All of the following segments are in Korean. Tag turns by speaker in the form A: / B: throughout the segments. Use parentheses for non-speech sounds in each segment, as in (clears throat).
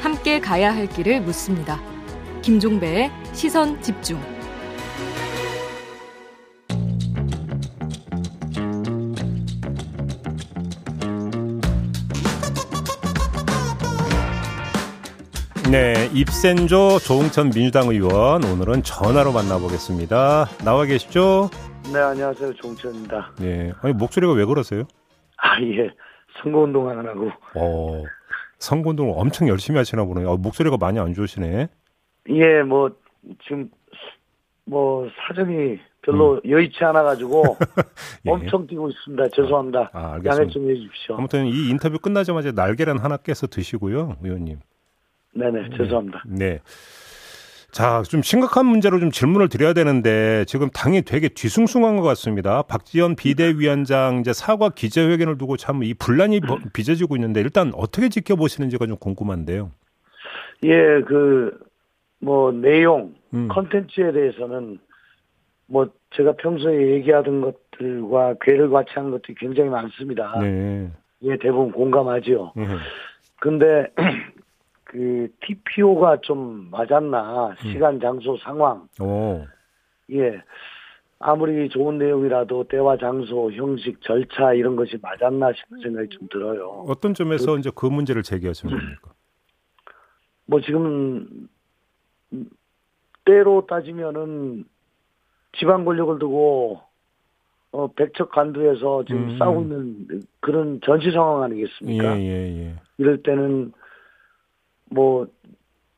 A: 함께 가야 할 길을 묻습니다. 김종배의 시선 집중.
B: 네, 입센조 조홍천 민주당 의원 오늘은 전화로 만나보겠습니다. 나와 계시죠?
C: 네, 안녕하세요. 종천입니다.
B: 네, 아니 목소리가 왜 그러세요?
C: 아, 예. 선거운동 하느라고.
B: 어, 선거운동을 엄청 열심히 하시나 보네요. 어, 목소리가 많이 안 좋으시네.
C: 예, 뭐, 지금, 뭐, 사정이 별로 여의치 않아가지고
B: 음. (laughs) 예.
C: 엄청 뛰고 있습니다. 죄송합니다.
B: 아,
C: 양해
B: 알겠습니다.
C: 좀 해주십시오.
B: 아무튼 이 인터뷰 끝나자마자 날계란 하나 깨서 드시고요, 의원님.
C: 네네, 죄송합니다.
B: 네. 자, 좀 심각한 문제로 좀 질문을 드려야 되는데 지금 당이 되게 뒤숭숭한 것 같습니다. 박지원 비대위원장 이제 사과 기자회견을 두고 참 이 분란이 버-
C: 음.
B: 빚어지고 있는데 일단 어떻게 지켜보시는지가 좀 궁금한데요.
C: 예, 그, 뭐, 내용,
B: 음.
C: 컨텐츠에 대해서는 뭐, 제가 평소에 얘기하던 것들과 괴를 과치하는 것들이 굉장히 많습니다.
B: 네.
C: 예, 대부분 공감하지요.
B: 음.
C: 근데 (clears throat) 그 TPO가 좀 맞았나 시간 장소 상황
B: 어.
C: 예 아무리 좋은 내용이라도 때와 장소 형식 절차 이런 것이 맞았나 싶은 생각이 좀 들어요.
B: 어떤 점에서 이제 그 문제를 제기하시는 겁니까?
C: 뭐 지금 음, 때로 따지면은 지방 권력을 두고 어 백척 간두에서 지금
B: 음.
C: 싸우고 있는 그런 전시 상황 아니겠습니까?
B: 예, 예, 예.
C: 이럴 때는 뭐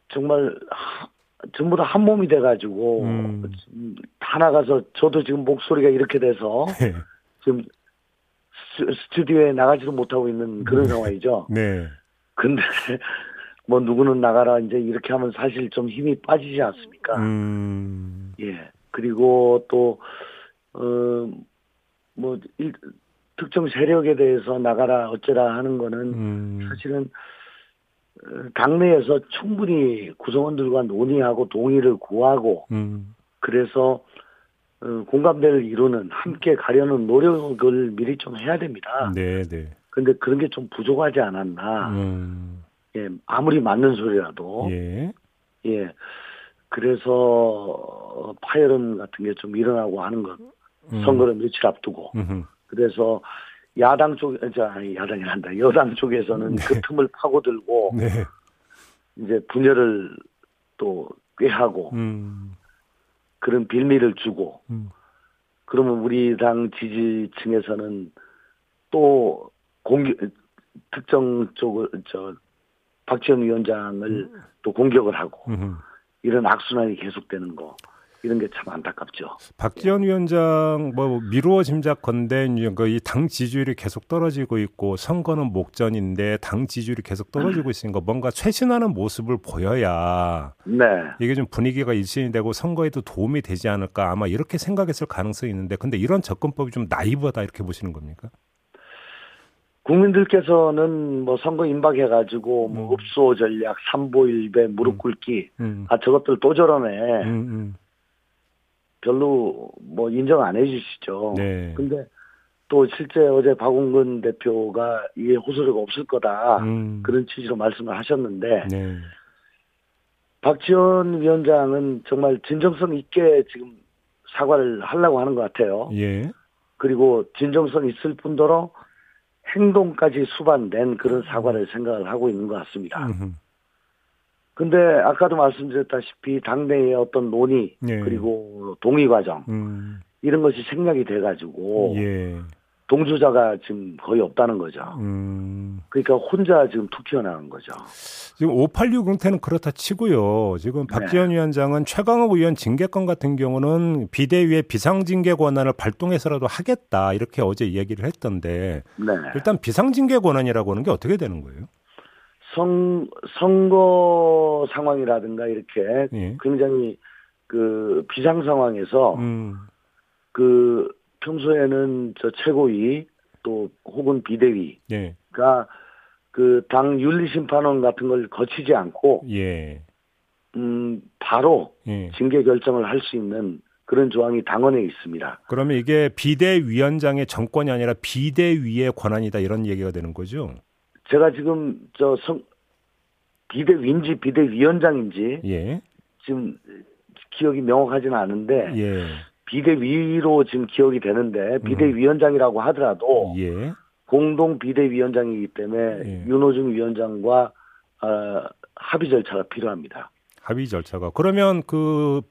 C: 정말 하- 전부 다 한 몸이 돼가지고
B: 음.
C: 지금 다 나가서 저도 지금 목소리가 이렇게 돼서
B: 네.
C: 지금 스- 스튜디오에 나가지도 못하고 있는 그런 상황이죠.
B: 네.
C: 근데 (laughs) 뭐 누구는 나가라 이제 이렇게 하면 사실 좀 힘이 빠지지 않습니까?
B: 음.
C: 예. 그리고 또, 어, 뭐, 일- 특정 세력에 대해서 나가라 어쩌라 하는 거는
B: 음.
C: 사실은 어, 당내에서 충분히 구성원들과 논의하고 동의를 구하고
B: 음.
C: 그래서 어, 공감대를 이루는 함께 가려는 노력을 미리 좀 해야 됩니다.
B: 네, 네.
C: 그런데 그런 게 좀 부족하지 않았나.
B: 음.
C: 예, 아무리 맞는 소리라도
B: 예.
C: 예. 그래서 파열음 같은 게 좀 일어나고 하는 것.
B: 음.
C: 선거를 며칠 앞두고
B: 음. 그래서
C: 그래서 야당 쪽, 저, 아니, 야당이란다. 여당 쪽에서는 그 틈을 파고들고
B: 네.
C: 이제 분열을 또 꾀하고
B: 음.
C: 그런 빌미를 주고
B: 음.
C: 그러면 우리 당 지지층에서는 또 공격 특정 쪽을 저 박지원 위원장을 또 공격을 하고
B: 음.
C: 이런 악순환이 계속되는 거 이런 게 참 안타깝죠.
B: 박지원 위원장 뭐 미루어 짐작건데 그 이당 지지율이 계속 떨어지고 있고 선거는 목전인데 당 지지율이 계속 떨어지고 있으니까 뭔가 쇄신하는 모습을 보여야
C: 네,
B: 이게 좀 분위기가 일신이 되고 선거에도 도움이 되지 않을까 아마 이렇게 생각했을 가능성이 있는데 근데 이런 접근법이 좀 나이브하다 이렇게 보시는 겁니까?
C: 국민들께서는 뭐 선거 임박해 가지고 뭐
B: 음.
C: 흡수 전략, 삼보일배, 무릎 꿇기
B: 음.
C: 아 저것들 또 저러네
B: 음,
C: 별로 뭐 인정 안 해주시죠.
B: 음. 네.
C: 근데 또 실제 어제 박홍근 대표가 이게 호소력 없을 거다
B: 음.
C: 그런 취지로 말씀을 하셨는데
B: 네.
C: 박지원 위원장은 정말 진정성 있게 지금 사과를 하려고 하는 것 같아요.
B: 예.
C: 그리고 진정성 있을 뿐더러 행동까지 수반된 그런 사과를 생각을 하고 있는 것 같습니다.
B: 음.
C: 근데 아까도 말씀드렸다시피 당내의 어떤 논의
B: 예.
C: 그리고 동의 과정
B: 음.
C: 이런 것이 생략이 돼가지고
B: 예.
C: 동조자가 지금 거의 없다는 거죠.
B: 음.
C: 그러니까 혼자 지금 툭 튀어나온 거죠.
B: 지금 586 응태는 그렇다 치고요. 지금 박지원 위원장은 최강욱 의원 징계권 같은 경우는 비대위의 비상징계 권한을 발동해서라도 하겠다 이렇게 어제 이야기를 했던데
C: 네.
B: 일단 비상징계 권한이라고 하는 게 어떻게 되는 거예요?
C: 선 선거 상황이라든가 이렇게
B: 예.
C: 굉장히 그 비상 상황에서
B: 음,
C: 그 평소에는 저 최고위 또 혹은 비대위가
B: 예,
C: 그 당 윤리심판원 같은 걸 거치지 않고
B: 예,
C: 음 바로
B: 예.
C: 징계 결정을 할 수 있는 그런 조항이 당원에 있습니다.
B: 그러면 이게 비대위원장의 정권이 아니라 비대위의 권한이다 이런 얘기가 되는 거죠?
C: 제가 지금 저 성, 비대위인지 비대위원장인지
B: 예.
C: 지금 기억이 명확하지는 않은데
B: 예. 음.
C: 비대위로 지금 기억이 되는데 비대위원장이라고 하더라도
B: 예.
C: 공동 비대위원장이기 때문에
B: 예.
C: 윤호중 위원장과 어, 합의 절차가 필요합니다.
B: 합의 절차가 그러면 그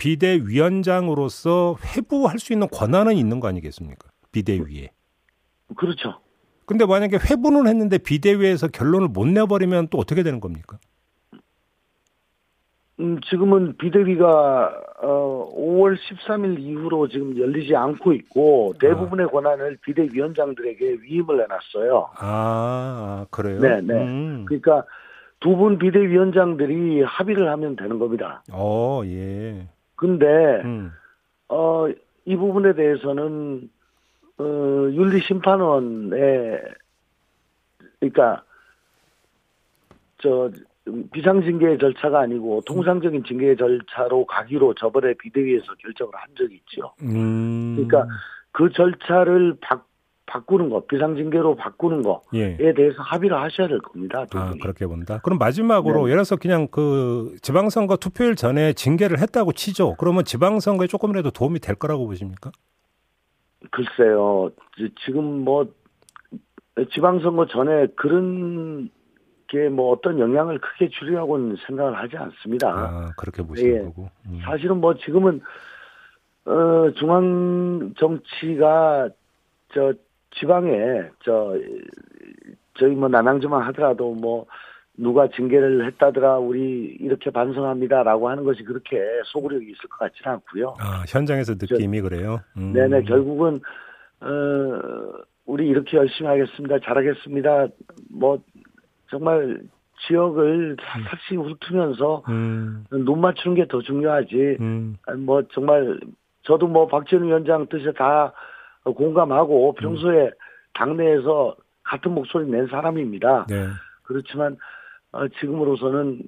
B: 비대위원장으로서 회부할 수 있는 권한은 있는 거 아니겠습니까? 비대위에.
C: 그렇죠.
B: 근데 만약에 회부는 했는데 비대위에서 결론을 못 내버리면 또 어떻게 되는 겁니까?
C: 음, 지금은 비대위가 어, 5월 13일 이후로 지금 열리지 않고 있고 대부분의 권한을 비대위원장들에게 위임을 해놨어요.
B: 아, 아, 그래요?
C: 네, 네.
B: 음.
C: 그러니까 두 분 비대위원장들이 합의를 하면 되는 겁니다.
B: 어, 예.
C: 근데
B: 음.
C: 어, 이 부분에 대해서는 어, 윤리심판원의 그러니까 저 비상징계 절차가 아니고 통상적인 징계 절차로 가기로 저번에 비대위에서 결정을 한 적이 있죠.
B: 음.
C: 그러니까 그 절차를 바, 바꾸는 것, 비상징계로 바꾸는
B: 예.
C: 것에 대해서 합의를 하셔야 될 겁니다. 두
B: 아,
C: 분이.
B: 그렇게 본다. 그럼 마지막으로
C: 네.
B: 예를 들어서 그냥 그 지방선거 투표일 전에 징계를 했다고 치죠. 그러면 지방선거에 조금이라도 도움이 될 거라고 보십니까?
C: 글쎄요. 지- 지금 뭐 지방선거 전에 그런 게 뭐 어떤 영향을 크게 주리라고는 생각을 하지 않습니다.
B: 아, 그렇게 보시는
C: 예.
B: 거고. 음.
C: 사실은 뭐 지금은 어 중앙 정치가 저 지방에 저 저희 뭐 난항지만 하더라도 뭐 누가 징계를 했다더라 우리 이렇게 반성합니다라고 하는 것이 그렇게 소구력이 있을 것 같지는 않고요.
B: 아, 현장에서 느낌이 그래요. 음.
C: 네네 결국은 어 우리 이렇게 열심히 하겠습니다 잘하겠습니다 뭐 정말 지역을 탁탁씩 훑으면서
B: 음.
C: 눈 맞추는 게 더 중요하지
B: 음.
C: 아니, 뭐 정말 저도 뭐 박지원 위원장 뜻에 다
B: 음.
C: 공감하고 평소에 당내에서 같은 목소리 낸 사람입니다
B: 네.
C: 그렇지만 어, 지금으로서는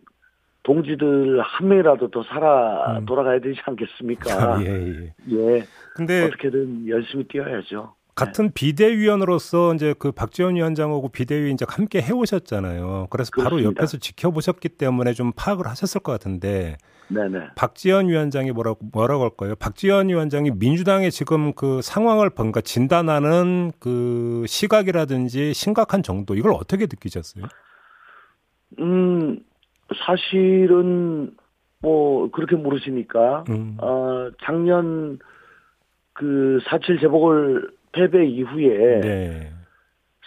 C: 동지들 한 명이라도 더 살아
B: 음.
C: 돌아가야 되지 않겠습니까
B: 예, 그 예.
C: 예.
B: 근데
C: 어떻게든 네. 열심히 뛰어야죠.
B: 같은 비대위원으로서 이제 그 박지원 위원장하고 비대위 이제 함께 해오셨잖아요. 그래서 바로
C: 그렇습니다.
B: 옆에서 지켜보셨기 때문에 좀 파악을 하셨을 것 같은데
C: 네네.
B: 박지원 위원장이 뭐라고 뭐라고 할까요? 박지원 위원장이 민주당의 지금 그 상황을 뭔가 진단하는 그 시각이라든지 심각한 정도 이걸 어떻게 느끼셨어요?
C: 음, 사실은 뭐 그렇게 물으시니까
B: 음.
C: 어 작년 그 사칠 재보궐 패배 이후에
B: 네.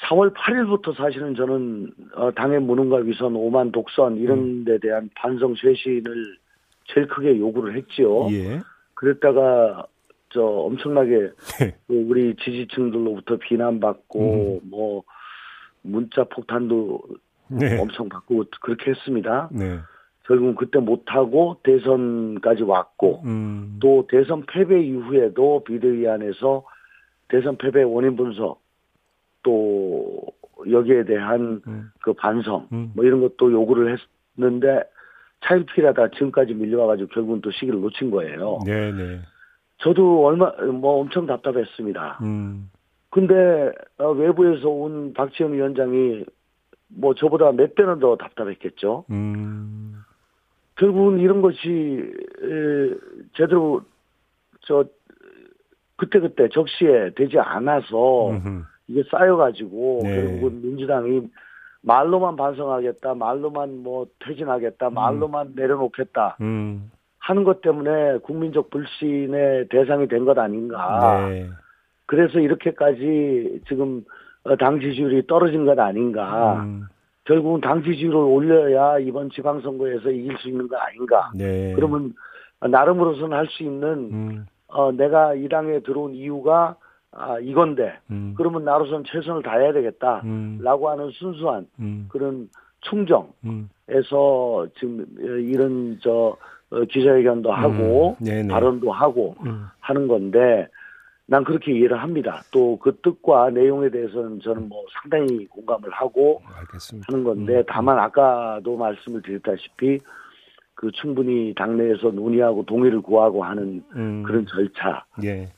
C: 4월 8일부터 사실은 저는 어, 당의 무능과 위선, 오만 독선 이런
B: 음.
C: 데 대한 반성 쇄신을 제일 크게 요구를 했지요.
B: 예.
C: 그랬다가 저 엄청나게
B: 네. 음.
C: 그 우리 지지층들로부터 비난받고 뭐 문자 폭탄도
B: 네.
C: 엄청 받고 그렇게 했습니다.
B: 네.
C: 결국은 그때 못하고 대선까지 왔고
B: 음.
C: 또 대선 패배 이후에도 비대위 안에서 대선 패배 원인 분석 또 여기에 대한
B: 음.
C: 그 반성
B: 음.
C: 뭐 이런 것도 요구를 했는데 차일피일하다 지금까지 밀려와가지고 결국은 또 시기를 놓친 거예요.
B: 네, 네.
C: 저도 얼마 뭐 엄청 답답했습니다.
B: 음.
C: 근데 어, 외부에서 온 박지원 위원장이 뭐 저보다 몇 배는 더 답답했겠죠.
B: 음.
C: 결국은 이런 것이 에, 제대로 저 그때 그때 적시에 되지 않아서
B: 음흠.
C: 이게 쌓여가지고
B: 네.
C: 결국은 민주당이 말로만 반성하겠다, 말로만 뭐 퇴진하겠다, 말로만 내려놓겠다
B: 음.
C: 하는 것 때문에 국민적 불신의 대상이 된 것 아닌가.
B: 네.
C: 그래서 이렇게까지 지금 어, 당 지지율이 떨어진 것 아닌가.
B: 음.
C: 결국은 당 지지율을 올려야 이번 지방선거에서 이길 수 있는 거 아닌가.
B: 네.
C: 그러면 나름으로서는 할 수 있는
B: 음.
C: 어, 내가 이 당에 들어온 이유가 아, 이건데
B: 음.
C: 그러면 나로서는 최선을 다해야 되겠다라고
B: 음.
C: 하는 순수한
B: 음.
C: 그런 충정에서
B: 음.
C: 지금 어, 이런 저 어, 기자회견도 하고
B: 음. 네, 네.
C: 발언도 하고
B: 음.
C: 하는 건데 난 그렇게 이해를 합니다. 또 그 뜻과 내용에 대해서는 저는 뭐 상당히 공감을 하고
B: 알겠습니다.
C: 하는 건데 다만 아까도 말씀을 드렸다시피 그 충분히 당내에서 논의하고 동의를 구하고 하는
B: 음.
C: 그런 절차
B: 예.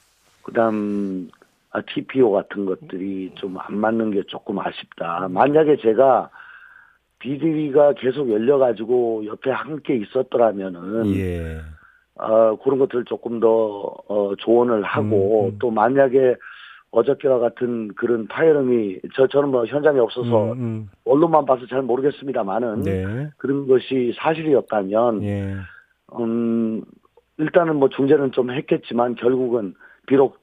C: 그다음 아, TPO 같은 것들이 좀 안 맞는 게 조금 아쉽다. 만약에 제가 비대위가 계속 열려가지고 옆에 함께 있었더라면은
B: 예.
C: 어, 그런 것들 조금 더 어, 조언을 하고
B: 음, 음.
C: 또 만약에 어저께와 같은 그런 파열음이 저 저는 뭐 현장에 없어서 음.
B: 음,
C: 언론만 봐서 잘
B: 음.
C: 모르겠습니다만은
B: 네.
C: 그런 것이 사실이었다면
B: 예.
C: 음, 일단은 뭐 중재는 좀 했겠지만 결국은 비록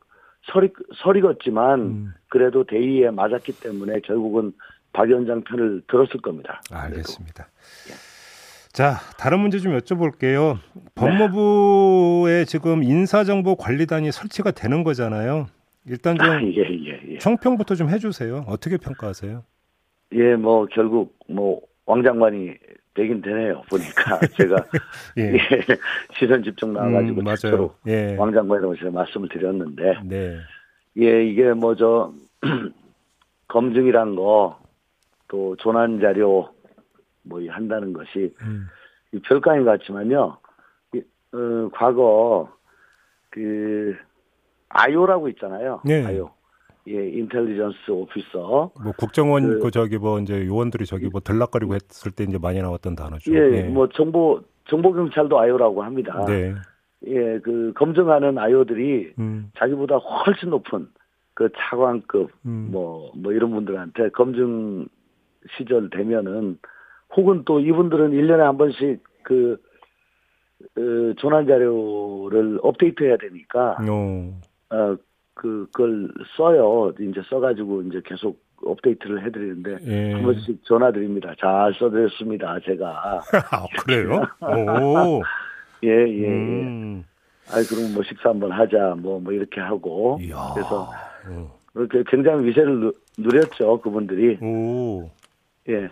C: 서리 서리겠지만
B: 음.
C: 그래도 대의에 맞았기 때문에 결국은 박 위원장 편을 들었을 겁니다.
B: 알겠습니다.
C: 예.
B: 자, 다른 문제 좀 여쭤볼게요.
C: 네.
B: 법무부에 지금 인사정보관리단이 설치가 되는 거잖아요. 일단
C: 아,
B: 좀
C: (laughs) 예, 예, 예.
B: 총평부터 좀 해주세요. 어떻게 평가하세요?
C: 예, 뭐 결국 뭐 왕장관이 되긴 되네요.
B: (laughs)
C: 보니까 제가
B: 예,
C: (laughs) 예, 시선 집중 나와가지고
B: 음,
C: 대표로
B: 맞아요. 예,
C: 왕장관이라고 제가 말씀을 드렸는데
B: 네,
C: 예, 이게 뭐 저 (clears throat) 검증이란 거 또 조난 자료 뭐이 한다는 것이
B: 음,
C: 이 별거인 것 같지만요. 이, 어, 과거 그 아이오라고 있잖아요.
B: 네.
C: 아이오. 예, 인텔리전스 오피서.
B: 뭐 국정원 그,
C: 그-
B: 저기 뭐 이제 요원들이 저기 뭐 들락거리고 했을 때 이제 많이 나왔던 단어죠.
C: 예, 뭐 정보 정보 경찰도 아이오라고 합니다.
B: 그렇죠. 네,
C: 예, 그 검증하는 아이오들이
B: 음,
C: 자기보다 훨씬 높은 그 차관급
B: 음,
C: 뭐 뭐 이런 분들한테 검증 시절 되면은 혹은 또 이분들은 1년에 한 번씩 그 어, 조난 자료를 업데이트해야 되니까
B: 어,
C: 어, 그, 그걸 써요. 이제 써가지고 이제 계속 업데이트를 해드리는데,
B: 예.
C: 한 번씩 전화드립니다. 잘 써드렸습니다. 제가.
B: (laughs) 아, 그래요? 오,
C: 예, (laughs) 예, 예.
B: 음,
C: 아이, 그럼 뭐 식사 한번 하자. 뭐, 뭐 이렇게 하고.
B: 이야,
C: 그래서
B: 어,
C: 그렇게 굉장히 위세를 누, 누렸죠. 그분들이.
B: 오.
C: 예.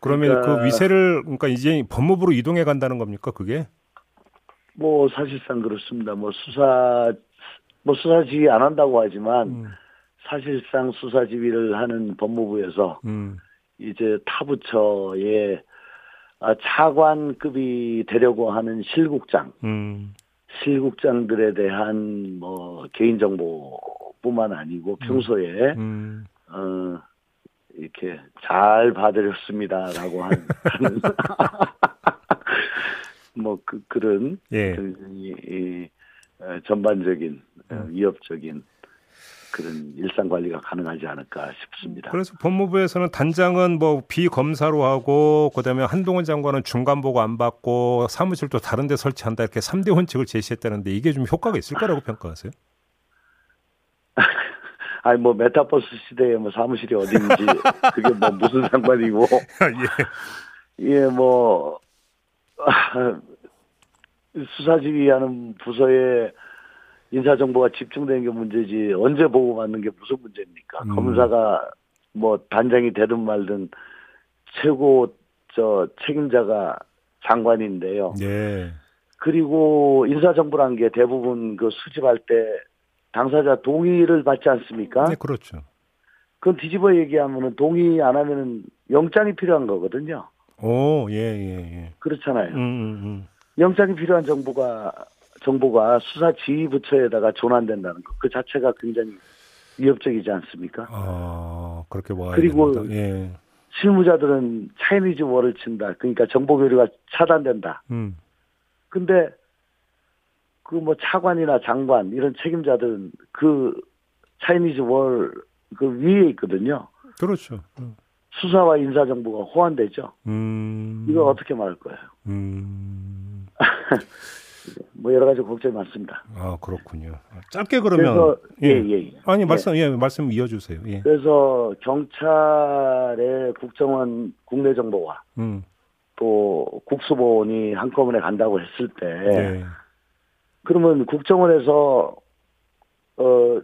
B: 그러면 그
C: 그러니까-
B: 위세를 그러니까 이제 법무부로 이동해 간다는 겁니까 그게?
C: 뭐 사실상 그렇습니다. 뭐 수사, 뭐 수사지휘 안 한다고 하지만
B: 음.
C: 사실상 수사지휘를 하는 법무부에서
B: 음.
C: 이제 타부처의 아, 차관급이 되려고 하는 실국장,
B: 음.
C: 실국장들에 대한 뭐 개인정보뿐만 아니고 평소에
B: 음.
C: 어, 이렇게 잘 봐드렸습니다라고 한- 하는 뭐 그, 그런
B: 예.
C: 그, 이, 이, 어, 전반적인 어,
B: 음.
C: 위협적인 그런 일상 관리가 가능하지 않을까 싶습니다.
B: 그래서 법무부에서는 단장은 뭐 비검사로 하고 그다음에 한동훈 장관은 중간 보고 안 받고 사무실도 다른 데 설치한다 이렇게 삼대 원칙을 제시했다는데 이게 좀 효과가 있을 거라고
C: (laughs)
B: 평가하세요?
C: 아니 뭐 메타버스 시대에 뭐 사무실이 어딘지
B: (laughs)
C: 그게 뭐 무슨 상관이고
B: 예.
C: 예뭐 (laughs) 수사지휘하는 부서에 인사 정보가 집중된 게 문제지 언제 보고 받는 게 무슨 문제입니까?
B: 음.
C: 검사가 뭐 단장이 되든 말든 최고 저 책임자가 장관인데요.
B: 예.
C: 그리고 인사 정보란 게 대부분 그 수집할 때 당사자 동의를 받지 않습니까?
B: 네, 그렇죠.
C: 그건 뒤집어 얘기하면은 동의 안 하면은 영장이 필요한 거거든요.
B: 오, 예, 예, 예.
C: 그렇잖아요.
B: 음, 음,
C: 영장이 필요한 정보가 정보가 수사 지휘 부처에다가 존한된다는 것 그 자체가 굉장히 위협적이지 않습니까?
B: 음. 아, 그렇게 봐야
C: 그리고-
B: 됩니다. 예.
C: 실무자들은 차이니즈 월을 친다. 그러니까 정보 교류가 차단된다.
B: 음.
C: 근데 그 뭐 차관이나 장관 이런 책임자들은 그 차이니즈 월 그 위에 있거든요.
B: 그렇죠. 음.
C: 수사와 인사 정보가 호환되죠.
B: 음.
C: 이걸 어떻게 말할 거예요?
B: 음.
C: 뭐 여러 가지 걱정이 많습니다.
B: 아 그렇군요. 짧게 그러면
C: 그래서 예예 예, 예.
B: 아니 말씀 예, 말씀 이어주세요. 예.
C: 그래서 경찰의 국정원 국내 정보와
B: 음.
C: 또 국수본이 한꺼번에 간다고 했을 때
B: 예.
C: 그러면 국정원에서 어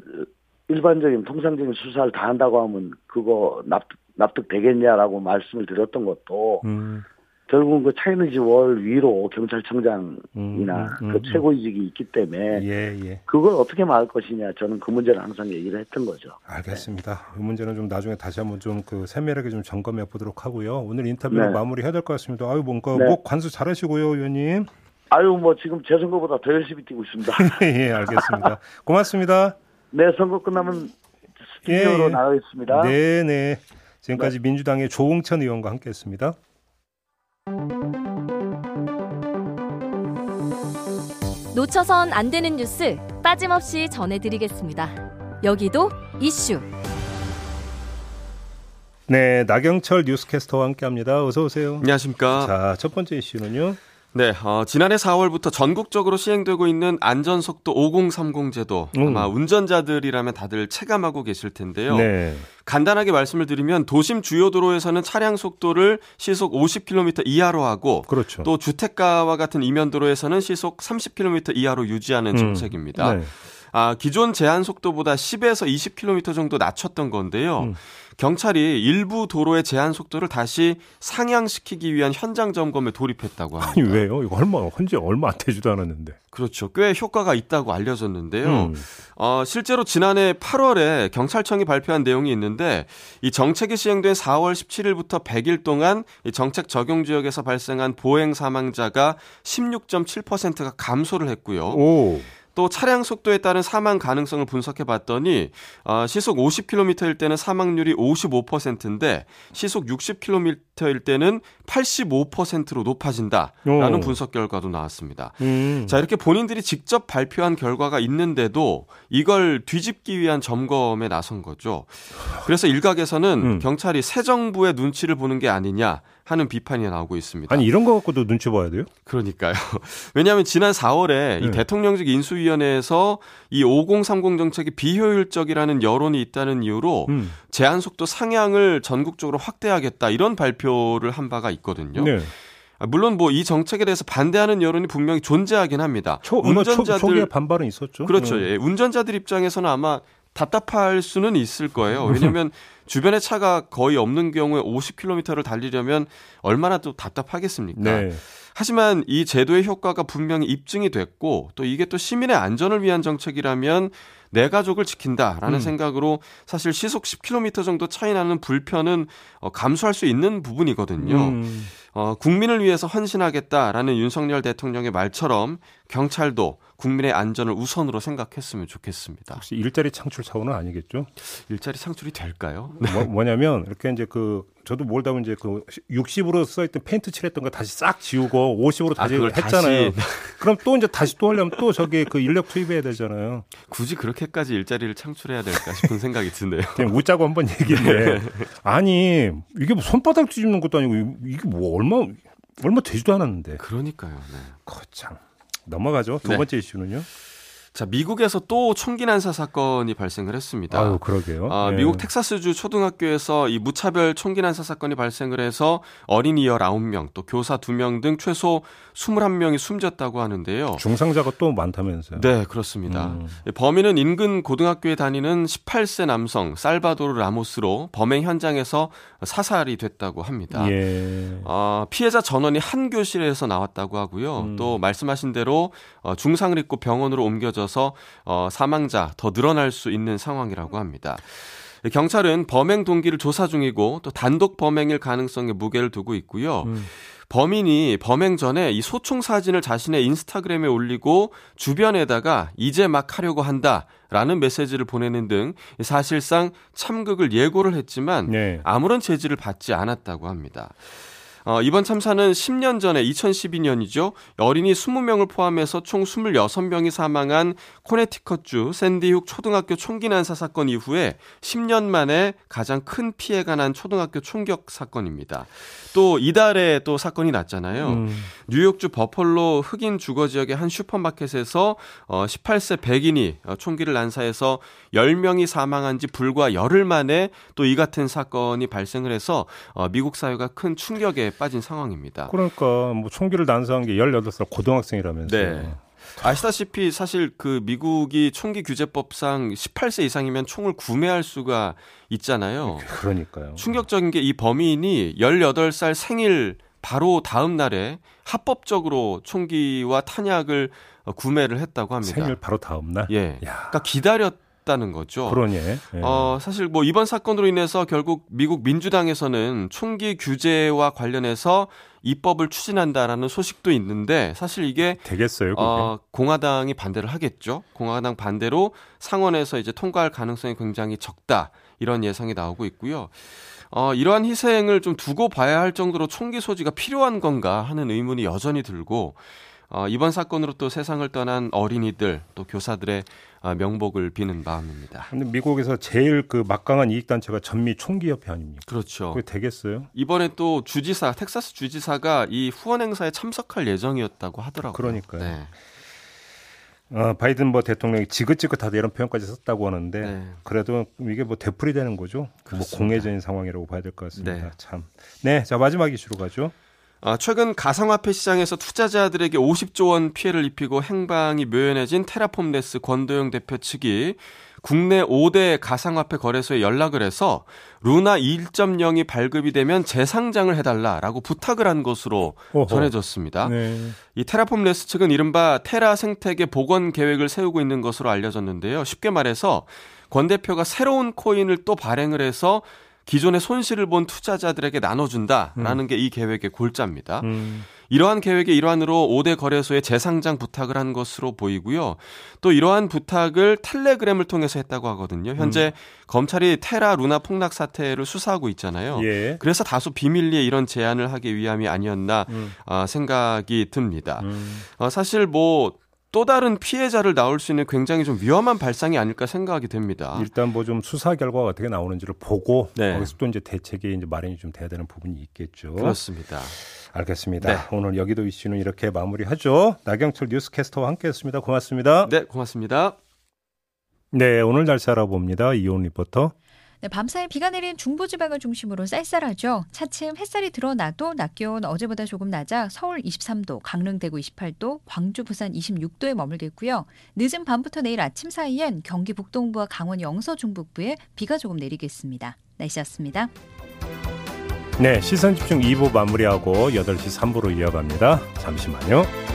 C: 일반적인 통상적인 수사를 다 한다고 하면 그거 납득 납득되겠냐라고 말씀을 드렸던 것도
B: 음.
C: 결국은 그 차이는지 월 위로 경찰청장이나
B: 음, 음,
C: 그
B: 음.
C: 최고위직이 있기 때문에
B: 예, 예.
C: 그걸 어떻게 말할 것이냐 저는 그 문제를 항상 얘기를 했던 거죠.
B: 알겠습니다. 이 문제는 좀 나중에 다시 한번 좀 그 세밀하게 좀 점검해 보도록 하고요. 오늘 인터뷰는
C: 네.
B: 마무리 해야 될 것 같습니다. 아유 뭔가
C: 네.
B: 목 관수 잘하시고요, 의원님. (laughs)
C: 아유 뭐 지금 제 선거보다 더 열심히 뛰고 있습니다.
B: 예, 알겠습니다. 고맙습니다.
C: 내 선거 끝나면
B: 예,
C: 스튜디오로
B: 예.
C: 나가겠습니다.
B: 네, 네. 지금까지 민주당의 조홍천 의원과 함께했습니다.
D: 놓쳐선 안 되는 뉴스 빠짐없이 전해드리겠습니다. 여기도 이슈.
B: 네, 나경철 뉴스캐스터와 함께합니다. 어서 오세요.
E: 안녕하십니까.
B: 자, 첫 번째 이슈는요.
E: 네, 어, 지난해 4월부터 전국적으로 시행되고 있는 안전속도 5030 제도 아마 운전자들이라면 다들 체감하고 계실 텐데요.
B: 음. 네.
E: 간단하게 말씀을 드리면 도심 주요 도로에서는 차량 속도를 시속 50km 이하로 하고
B: 그렇죠.
E: 또 주택가와 같은 이면도로에서는 시속 30km 이하로 유지하는
B: 음.
E: 정책입니다.
B: 네.
E: 아, 기존 제한 속도보다 10에서 20km 정도 낮췄던 건데요.
B: 음.
E: 경찰이 일부 도로의 제한 속도를 다시 상향시키기 위한 현장 점검에 돌입했다고 합니다.
B: 아니 왜요? 이거 얼마 한지 얼마 안 되지도 않았는데.
E: 그렇죠. 꽤 효과가 있다고 알려졌는데요.
B: 음.
E: 어, 실제로 지난해 8월에 경찰청이 발표한 내용이 있는데 이 정책이 시행된 4월 17일부터 100일 동안 이 정책 적용 지역에서 발생한 보행 사망자가 16.7%가 감소를 했고요.
B: 오.
E: 또 차량 속도에 따른 사망 가능성을 분석해 봤더니 어, 시속 50km일 때는 사망률이 55%인데 시속 60km일 때는 85%로 높아진다라는
B: 오.
E: 분석 결과도 나왔습니다.
B: 음.
E: 자, 이렇게 본인들이 직접 발표한 결과가 있는데도 이걸 뒤집기 위한 점검에 나선 거죠. 그래서 일각에서는
B: 음.
E: 경찰이 새 정부의 눈치를 보는 게 아니냐 하는 비판이 나오고 있습니다.
B: 아니 이런 거 갖고도 눈치 봐야 돼요?
E: 그러니까요. (laughs) 왜냐하면 지난
B: 네.
E: 4월에 이 대통령직 인수위원회에서 이 5030 정책이 비효율적이라는 여론이 있다는 이유로
B: 음.
E: 제한 속도 상향을 전국적으로 확대하겠다 이런 발표를 한 바가 있거든요.
B: 네.
E: 아, 물론 뭐 이 정책에 대해서 반대하는 여론이 분명히 존재하긴 합니다.
B: 초 얼마 초 초기에 반발은 있었죠.
E: 그렇죠.
B: 음.
E: 예. 운전자들 입장에서는 아마 답답할 수는 있을 거예요. 왜냐면 (laughs) 주변에 차가 거의 없는 경우에 50km를 달리려면 얼마나 또 답답하겠습니까?
B: 네.
E: 하지만 이 제도의 효과가 분명히 입증이 됐고 또 이게 또 시민의 안전을 위한 정책이라면 내 가족을 지킨다라는
B: 음.
E: 생각으로 사실 시속 10km 정도 차이 나는 불편은 어, 감수할 수 있는 부분이거든요.
B: 음.
E: 어, 국민을 위해서 헌신하겠다라는 윤석열 대통령의 말처럼 경찰도 국민의 안전을 우선으로 생각했으면 좋겠습니다.
B: 혹시 일자리 창출 차원은 아니겠죠?
E: 일자리 창출이 될까요?
B: 뭐, 뭐냐면 이렇게 이제 그 저도 몰다 보면 이제 그 60으로 써있던 페인트 칠했던 거 다시 싹 지우고 50으로
E: 아,
B: 다시
E: 그걸
B: 했잖아요.
E: 다시.
B: (laughs) 그럼 또 이제 다시 또 하려면 또 저기 그 인력 투입해야 되잖아요.
E: 굳이 그렇게까지 일자리를 창출해야 될까 싶은 생각이 드네요.
B: 그냥 웃자고 한번
E: 네.
B: 얘기인데 아니 이게 뭐 손바닥 뒤집는 것도 아니고 이- 이게 뭐 얼마 얼마 되지도 않았는데
E: (laughs) 그러니까요. 네.
B: 거참 넘어가죠 두
E: 네.
B: 번째 이슈는요
E: 자, 미국에서 또 총기 난사 사건이 발생을 했습니다.
B: 아유 그러게요
E: 아,
B: 예.
E: 미국 텍사스주 초등학교에서 이 무차별 총기 난사 사건이 발생을 해서 어린이 19명, 또 교사 2명 등 최소 21명이 숨졌다고 하는데요.
B: 중상자가 또 많다면서요
E: 네, 그렇습니다.
B: 음.
E: 범인은 인근 고등학교에 다니는 18세 남성 살바도르 라모스로 범행 현장에서 사살이 됐다고 합니다.
B: 예.
E: 아, 피해자 전원이 한 교실에서 나왔다고 하고요.
B: 음.
E: 또 말씀하신 대로 어, 중상을 입고 병원으로 옮겨져서 어, 사망자 더 늘어날 수 있는 상황이라고 합니다. 예, 경찰은 범행 동기를 조사 중이고 또 단독 범행일 가능성에 무게를 두고 있고요. 범인이 범행 전에 이 소총 사진을 자신의 인스타그램에 올리고 주변에다가 이제 막 하려고 한다. 라는 메시지를 보내는 등 사실상 참극을 예고를 했지만
B: 네.
E: 아무런 제지를 받지 않았다고 합니다. 어, 이번 참사는 10년 전에 2012년이죠. 어린이 20명을 포함해서 총 26명이 사망한 코네티컷주 샌디훅 초등학교 총기 난사 사건 이후에 10년 만에 가장 큰 피해가 난 초등학교 총격 사건입니다. 또 이달에 또 사건이 났잖아요. 뉴욕주 버펄로 흑인 주거 지역의 한 슈퍼마켓에서 어, 18세 백인이 어, 총기를 난사해서 10명이 사망한 지 불과 열흘 만에 또 이 같은 사건이 발생을 해서 어, 미국 사회가 큰 충격에 빠진 상황입니다.
B: 그러니까 뭐 총기를 난사한 게 18살 고등학생이라면서요
E: 네. 아시다시피 사실 그 미국이 총기 규제법상 18세 이상이면 총을 구매할 수가 있잖아요.
B: 어, 그러니까요
E: 충격적인 게 이 범인이 18살 생일 바로 다음 날에 합법적으로 총기와 탄약을 어, 구매를 했다고 합니다.
B: 생일 바로 다음 날
E: 예.
B: 야.
E: 그러니까 기다렸다는 거죠.
B: 그러니 예.
E: 어, 사실 뭐 이번 사건으로 인해서 결국 미국 민주당에서는 총기 규제와 관련해서 입법을 추진한다라는 소식도 있는데 사실 이게
B: 되겠어요 그게
E: 어, 공화당이 반대를 하겠죠. 공화당 반대로 상원에서 이제 통과할 가능성이 굉장히 적다 이런 예상이 나오고 있고요. 어, 이러한 희생을 좀 두고 봐야 할 정도로 총기 소지가 필요한 건가 하는 의문이 여전히 들고 어, 이번 사건으로 또 세상을 떠난 어린이들 또 교사들의 아, 명복을 비는 마음입니다.
B: 근데 미국에서 제일 그 막강한 이익 단체가 전미 총기협회 아닙니까?
E: 그렇죠.
B: 그게 되겠어요?
E: 이번에 또 주지사 텍사스 주지사가 이 후원 행사에 참석할 예정이었다고 하더라고요.
B: 그러니까요.
E: 네.
B: 어, 바이든 뭐 대통령이 지긋지긋하다 이런 표현까지 썼다고 하는데
E: 네.
B: 그래도 이게 뭐 대풀이 되는 거죠. 뭐
E: 그렇습니다.
B: 공해적인 상황이라고 봐야 될 것 같습니다.
E: 네.
B: 참. 네, 자 마지막 이슈로 가죠.
E: 아, 최근 가상화폐 시장에서 투자자들에게 50조 원 피해를 입히고 행방이 묘연해진 테라폼데스 권도영 대표 측이 국내 5대 가상화폐 거래소에 연락을 해서 루나 1.0이 발급이 되면 재상장을 해달라라고 부탁을 한 것으로
B: 어허.
E: 전해졌습니다.
B: 네.
E: 이 테라폼레스 측은 이른바 테라 생태계 복원 계획을 세우고 있는 것으로 알려졌는데요. 쉽게 말해서 권 대표가 새로운 코인을 또 발행을 해서 기존의 손실을 본 투자자들에게 나눠준다라는 게 이 계획의 골자입니다.
B: 음,
E: 이러한 계획의 일환으로 5대 거래소에 재상장 부탁을 한 것으로 보이고요. 또 이러한 부탁을 텔레그램을 통해서 했다고
B: 음.
E: 하거든요. 현재 검찰이 테라 루나 폭락 사태를 수사하고 있잖아요.
B: 예.
E: 그래서 다소 비밀리에 이런 제안을 하기 위함이 아니었나
B: 음.
E: 아, 생각이 듭니다.
B: 음.
E: 어, 사실 뭐 또 다른 피해자를 낳을 수 있는 굉장히 좀 위험한 발상이 아닐까 생각이 됩니다.
B: 일단 뭐 좀 수사 결과가 어떻게 나오는지를 보고
E: 네.
B: 거기서 또 이제 대책이 이제 마련이 좀 돼야 되는 부분이 있겠죠.
E: 그렇습니다. 네.
B: 알겠습니다. 오늘 여기도 이슈는 이렇게 마무리하죠. 나경철 뉴스캐스터와 함께했습니다. 고맙습니다.
E: 네, 고맙습니다.
B: 네, 오늘 날씨 알아봅니다. 이온 리포터.
F: 네, 밤사이 비가 내린 중부지방을 중심으로 쌀쌀하죠. 차츰 햇살이 드러나도 낮 기온 어제보다 조금 낮아 서울 23도, 강릉 대구 28도, 광주 부산 26도에 머물겠고요. 늦은 밤부터 내일 아침 사이엔 경기 북동부와 강원 영서 중북부에 비가 조금 내리겠습니다. 날씨였습니다.
B: 네, 시선 집중 2부 마무리하고 8시 3부로 이어갑니다. 잠시만요.